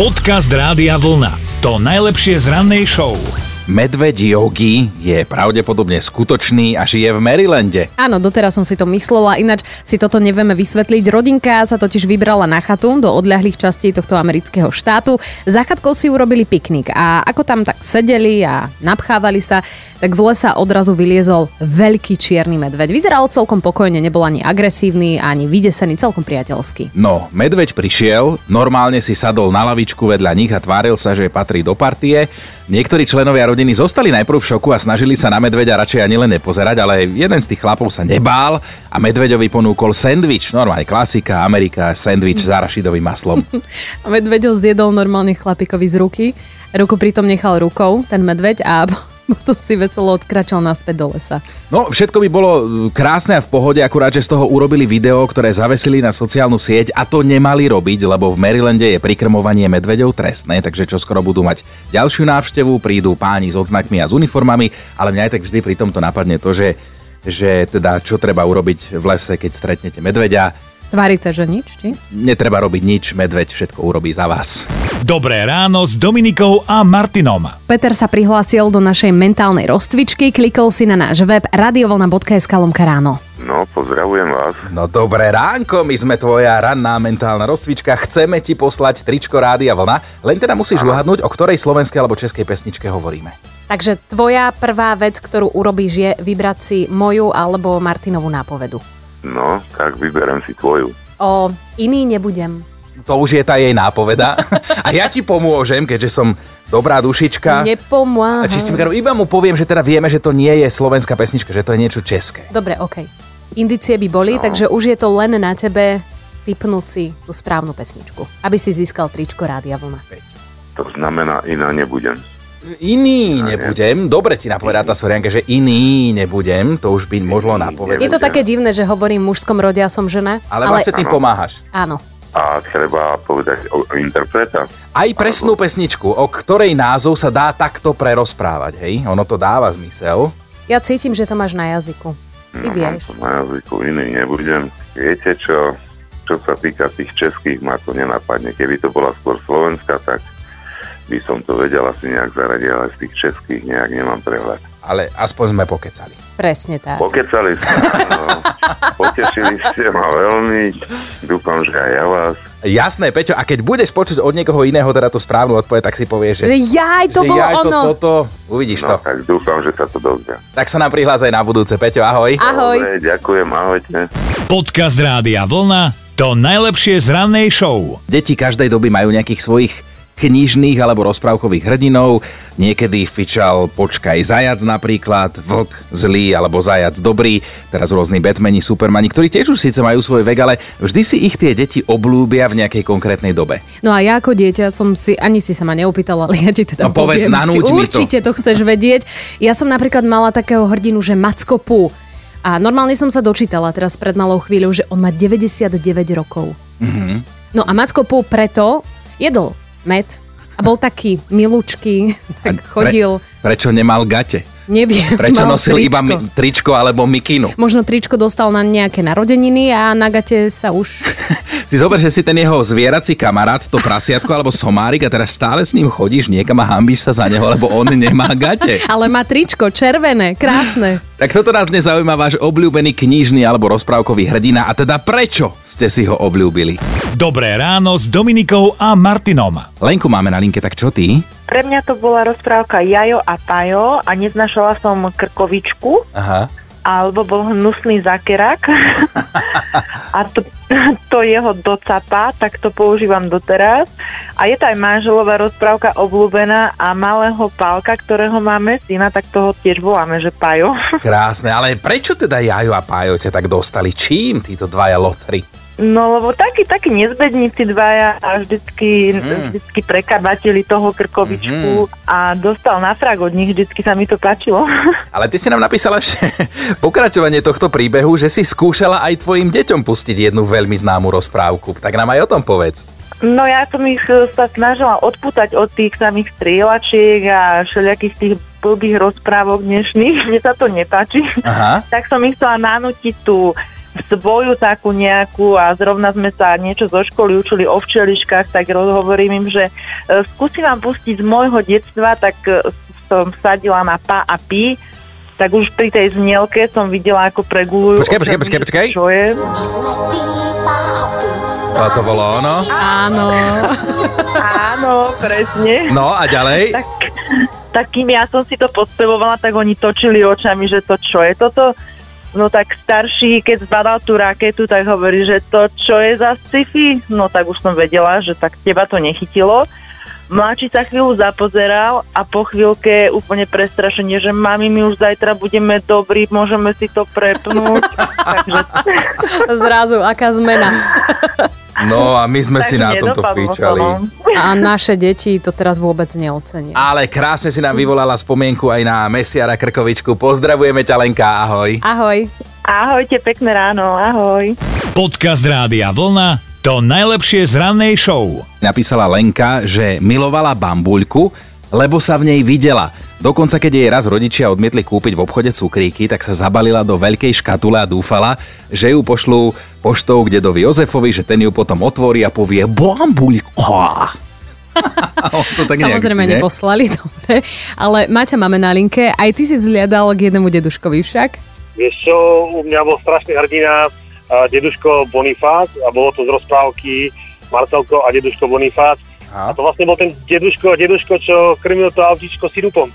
Podcast Rádia Vlna. To najlepšie z rannej show. Medveď Yogi je pravdepodobne skutočný a žije v Marylande. Áno, doteraz som si to myslela, ináč si toto nevieme vysvetliť. Rodinka sa totiž vybrala na chatu do odľahlých častí tohto amerického štátu. Za chatkou si urobili piknik a ako tam tak sedeli a napchávali sa, tak z lesa odrazu vyliezol veľký čierny medveď. Vyzeral celkom pokojne, nebol ani agresívny, ani vydesený, celkom priateľský. No, medveď prišiel, normálne si sadol na lavičku vedľa nich a tváril sa, že patrí do partie. Niektorí členovia rodiny zostali najprv v šoku a snažili sa na medveďa radšej ani len nepozerať, ale jeden z tých chlapov sa nebál a medveďovi ponúkol sendvič, normálne klasika, Amerika, sendvič s arašidovým maslom. A medveď ho zjedol normálne chlapikovi z ruky. Ruku pritom nechal rukou, ten medveď, a potom si veselo odkračal naspäť do lesa. No, všetko by bolo mm, krásne a v pohode, akurát, že z toho urobili video, ktoré zavesili na sociálnu sieť a to nemali robiť, lebo v Marylande je prikrmovanie medveďov trestné, takže čo skoro budú mať ďalšiu návštevu, prídu páni s odznakmi a s uniformami, ale mňa aj tak vždy pri tomto napadne to, že, že teda čo treba urobiť v lese, keď stretnete medveďa. Tvári sa, že nič, či? Netreba robiť nič, medveď všetko urobí za vás. Dobré ráno s Dominikou a Martinom. Peter sa prihlásil do našej mentálnej rozcvičky, klikol si na náš web radiovolna.sk lomka ráno. No, pozdravujem vás. No dobré ránko, my sme tvoja ranná mentálna rozcvička. Chceme ti poslať tričko Rádia Vlna, len teda musíš uhadnúť, o ktorej slovenskej alebo českej pesničke hovoríme. Takže tvoja prvá vec, ktorú urobíš, je vybrať si moju alebo Martinovú nápovedu. No, tak vyberem si tvoju. O iný nebudem. No To už je tá jej nápoveda. A ja ti pomôžem, keďže som dobrá dušička. A Nepomáha. či si iba mu poviem, že teda vieme, že to nie je slovenská pesnička, že to je niečo české. Dobre, OK. Indície by boli, no. takže už je to len na tebe typnúť si tú správnu pesničku, aby si získal tričko Rádia Vlna. To znamená, iná nebudem. Iný nebudem. Dobre ti napovedá tá Sorianka, že iný nebudem. To už by možno Je napovedať. to také divné, že hovorím v mužskom rode a som žena, Ale vlastne tým pomáhaš. áno. A treba povedať o o interpreta. Aj presnú pesničku, o ktorej názov sa dá takto prerozprávať, hej? Ono to dáva zmysel. Ja cítim, že to máš na jazyku. Ty Mhm. No, mám vieš. to na jazyku, iný nebudem. Viete čo? Čo sa týka tých českých, ma to nenapadne. Keby to bola skôr Slovenska, tak by som to vedel asi nejak zaradiť, ale z tých českých nejak nemám prehľad. Ale aspoň sme pokecali. Presne tak. Pokecali ste, no, potešili ste ma veľmi, dúfam, že aj ja vás. Jasné, Peťo, a keď budeš počuť od niekoho iného teda tú správnu odpoveď, tak si povieš, že... Že jaj, to že bolo jaj, ono. To, toto, uvidíš No to. tak dúfam, že sa to dozvia. Tak sa nám prihlás aj na budúce, Peťo, ahoj. Ahoj. Dobre, ďakujem, ahojte. Podcast Rádia Vlna. To najlepšie z rannej show. Deti každej doby majú nejakých svojich knižných alebo rozprávkových hrdinov. Niekedy fičal Počkaj zajac napríklad, Vlk zlý alebo Zajac dobrý. Teraz rôzni Batmani, Supermani, ktorí tiež už síce majú svoj vek, ale vždy si ich tie deti oblúbia v nejakej konkrétnej dobe. No a ja ako dieťa som si, ani si sa ma neopýtala, ale ja ti teda No povedz, poviem. nanúť Ty mi to. určite to. chceš vedieť. Ja som napríklad mala takého hrdinu, že Macko Pú. A normálne som sa dočítala teraz pred malou chvíľou, že on má 99 rokov. Mm-hmm. Mhm. No a Macko Pú preto jedol med a bol taký milúčký, A tak chodil, Pre, prečo nemal gate? neviem. Prečo mal nosil tričko. iba mi, tričko alebo mikinu? Možno tričko dostal na nejaké narodeniny a na gate sa už Si zober, že si ten jeho zvierací kamarát, to prasiatko alebo somárik a teraz stále s ním chodíš niekam a hambíš sa za neho, lebo on nemá gate. Ale má tričko, červené, krásne. Tak toto nás dnes zaujíma váš obľúbený knižný alebo rozprávkový hrdina a teda prečo ste si ho obľúbili. Dobré ráno s Dominikou a Martinom. Lenku máme na linke, tak čo ty? Pre mňa to bola rozprávka Jajo a Tajo a neznašala som krkovičku Aha. alebo bol hnusný zakerak a to, to jeho docapa, tak to používam doteraz. A je to aj manželová rozprávka obľúbená a malého pálka, ktorého máme syna, tak toho tiež voláme, že Pajo. Krásne, ale prečo teda Jajo a Pájo ťa tak dostali? Čím títo dvaja lotry? No lebo taký, taký nezbedníci dvaja a vždycky, mm. vždycky prekabatili toho krkovičku a dostal na frak od nich, vždycky sa mi to páčilo. Ale ty si nám napísala ešte pokračovanie tohto príbehu, že si skúšala aj tvojim deťom pustiť jednu veľmi známu rozprávku. Tak nám aj o tom povedz. No ja som ich e, sa snažila odputať od tých samých strieľačiek a všelijakých tých blbých rozprávok dnešných. Mne sa to nepáči. Aha. Tak som ich chcela nanútiť tú svoju takú nejakú a zrovna sme sa niečo zo školy učili o včeliškách, tak hovorím im, že e, skúsi vám pustiť z môjho detstva, tak e, som sadila na pa a pi, tak už pri tej znielke som videla, ako pregulujú. Počkaj, počkaj, očami, počkaj, počkaj. Čo je? To, to bolo ono. Áno. Áno, presne. No a ďalej. Tak, tak kým ja som si to podstavovala, tak oni točili očami, že to čo je toto. No tak starší, keď zbadal tú raketu, tak hovorí, že to čo je za sci-fi. No tak už som vedela, že tak teba to nechytilo. Mladší sa chvíľu zapozeral a po chvíľke úplne prestrašenie, že mami, my už zajtra budeme dobrí, môžeme si to prepnúť. Takže Zrazu, aká zmena. No a my sme tak si na tomto nedopadlo to, fíčali. no. A naše deti to teraz vôbec neocenia. Ale krásne si nám vyvolala spomienku aj na Mesiara Krkovičku. Pozdravujeme ťa Lenka, ahoj. Ahoj. Ahojte, pekné ráno, ahoj. Podcast Rádia Vlna to najlepšie z rannej show. Napísala Lenka, že milovala bambuľku, lebo sa v nej videla. Dokonca keď jej raz rodičia odmietli kúpiť v obchode cukríky, tak sa zabalila do veľkej škatule a dúfala, že ju pošlú poštou k dedovi Jozefovi, že ten ju potom otvorí a povie bambuľka. On to tak nejak, Samozrejme ne? neposlali, dobre. Ale Maťa máme na linke. Aj ty si vzliadal k jednému deduškovi však. Vieš čo, u mňa bol strašný hrdina a deduško Bonifác a bolo to z rozprávky Marcelko a deduško Bonifác. A? A to vlastne bol ten deduško, deduško, čo krmil to autičko sirupom.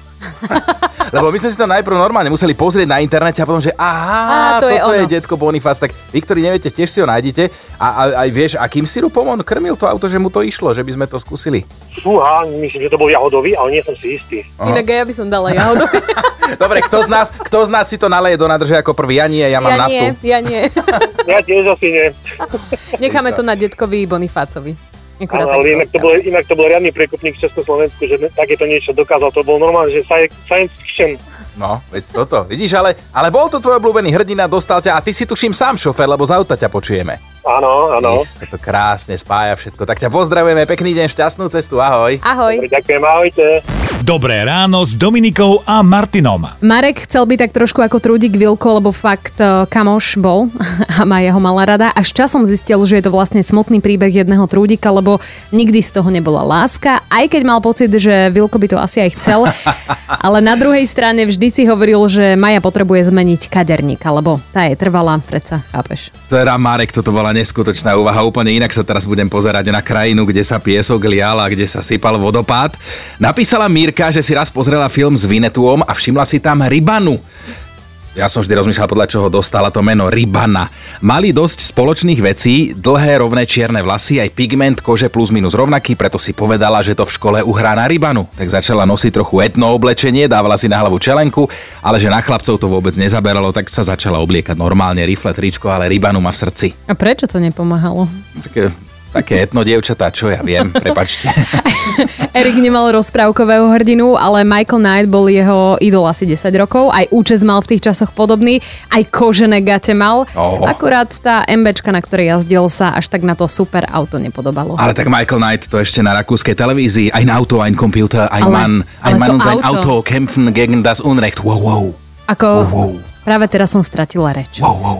Lebo my sme si to najprv normálne museli pozrieť na internete a potom, že aha, Á, to je toto je, ono. detko Bonifaz, tak vy, ktorí neviete, tiež si ho nájdete a, a aj vieš, akým sirupom on krmil to auto, že mu to išlo, že by sme to skúsili. Fúha, myslím, že to bol jahodový, ale nie som si istý. Aha. Inak aj ja by som dala jahodu. Dobre, kto z nás, kto z nás si to naleje do nádrže ako prvý? Ja nie, ja mám ja naftu. nie, ja nie. Ja tiež asi nie. Necháme to na detkovi Bonifácovi. Akurát Áno, tak ale inak to, rozpráva. bol, inak to bol riadny prekupník v Československu, že ne- takéto niečo dokázal. To bol normálne, že sci- science fiction. No, veď toto. Vidíš, ale, ale bol to tvoj obľúbený hrdina, dostal ťa a ty si tuším sám šofer, lebo z auta ťa počujeme. Áno, áno. Vidíš, sa to krásne spája všetko. Tak ťa pozdravujeme, pekný deň, šťastnú cestu, ahoj. Ahoj. Dobre, ďakujem, ahojte. Dobré ráno s Dominikou a Martinom. Marek chcel byť tak trošku ako Trudík Vilko, lebo fakt e, kamoš bol a Maja ho mala rada. Až časom zistil, že je to vlastne smutný príbeh jedného Trudíka, lebo nikdy z toho nebola láska, aj keď mal pocit, že Vilko by to asi aj chcel. Ale na druhej strane vždy si hovoril, že Maja potrebuje zmeniť kaderníka, lebo tá je trvalá, predsa chápeš. Teda Marek, toto bola neskutočná úvaha. Úplne inak sa teraz budem pozerať na krajinu, kde sa piesok lial a kde sa sypal vodopád. Napísala Mírka, že si raz pozrela film s Vinetuom a všimla si tam rybanu. Ja som vždy rozmýšľal, podľa čoho dostala to meno Ribana. Mali dosť spoločných vecí, dlhé rovné čierne vlasy, aj pigment kože plus minus rovnaký, preto si povedala, že to v škole uhrá na Ribanu. Tak začala nosiť trochu etno oblečenie, dávala si na hlavu čelenku, ale že na chlapcov to vôbec nezaberalo, tak sa začala obliekať normálne, rifle, tričko, ale Ribanu má v srdci. A prečo to nepomáhalo? Také, také etno dievčatá, čo ja viem, prepačte. Erik nemal rozprávkového hrdinu, ale Michael Knight bol jeho idol asi 10 rokov. Aj účes mal v tých časoch podobný, aj kožené gate mal. Oho. Akurát tá MBčka, na ktorej jazdil sa, až tak na to super auto nepodobalo. Ale tak Michael Knight to ešte na rakúskej televízii, ein Auto, ein Computer, ein Ale- Mann, ein ale Mann to und sein auto. Auto kämpfen gegen das Unrecht. Wow, wow, Ako wow. práve teraz som stratila reč. wow, wow.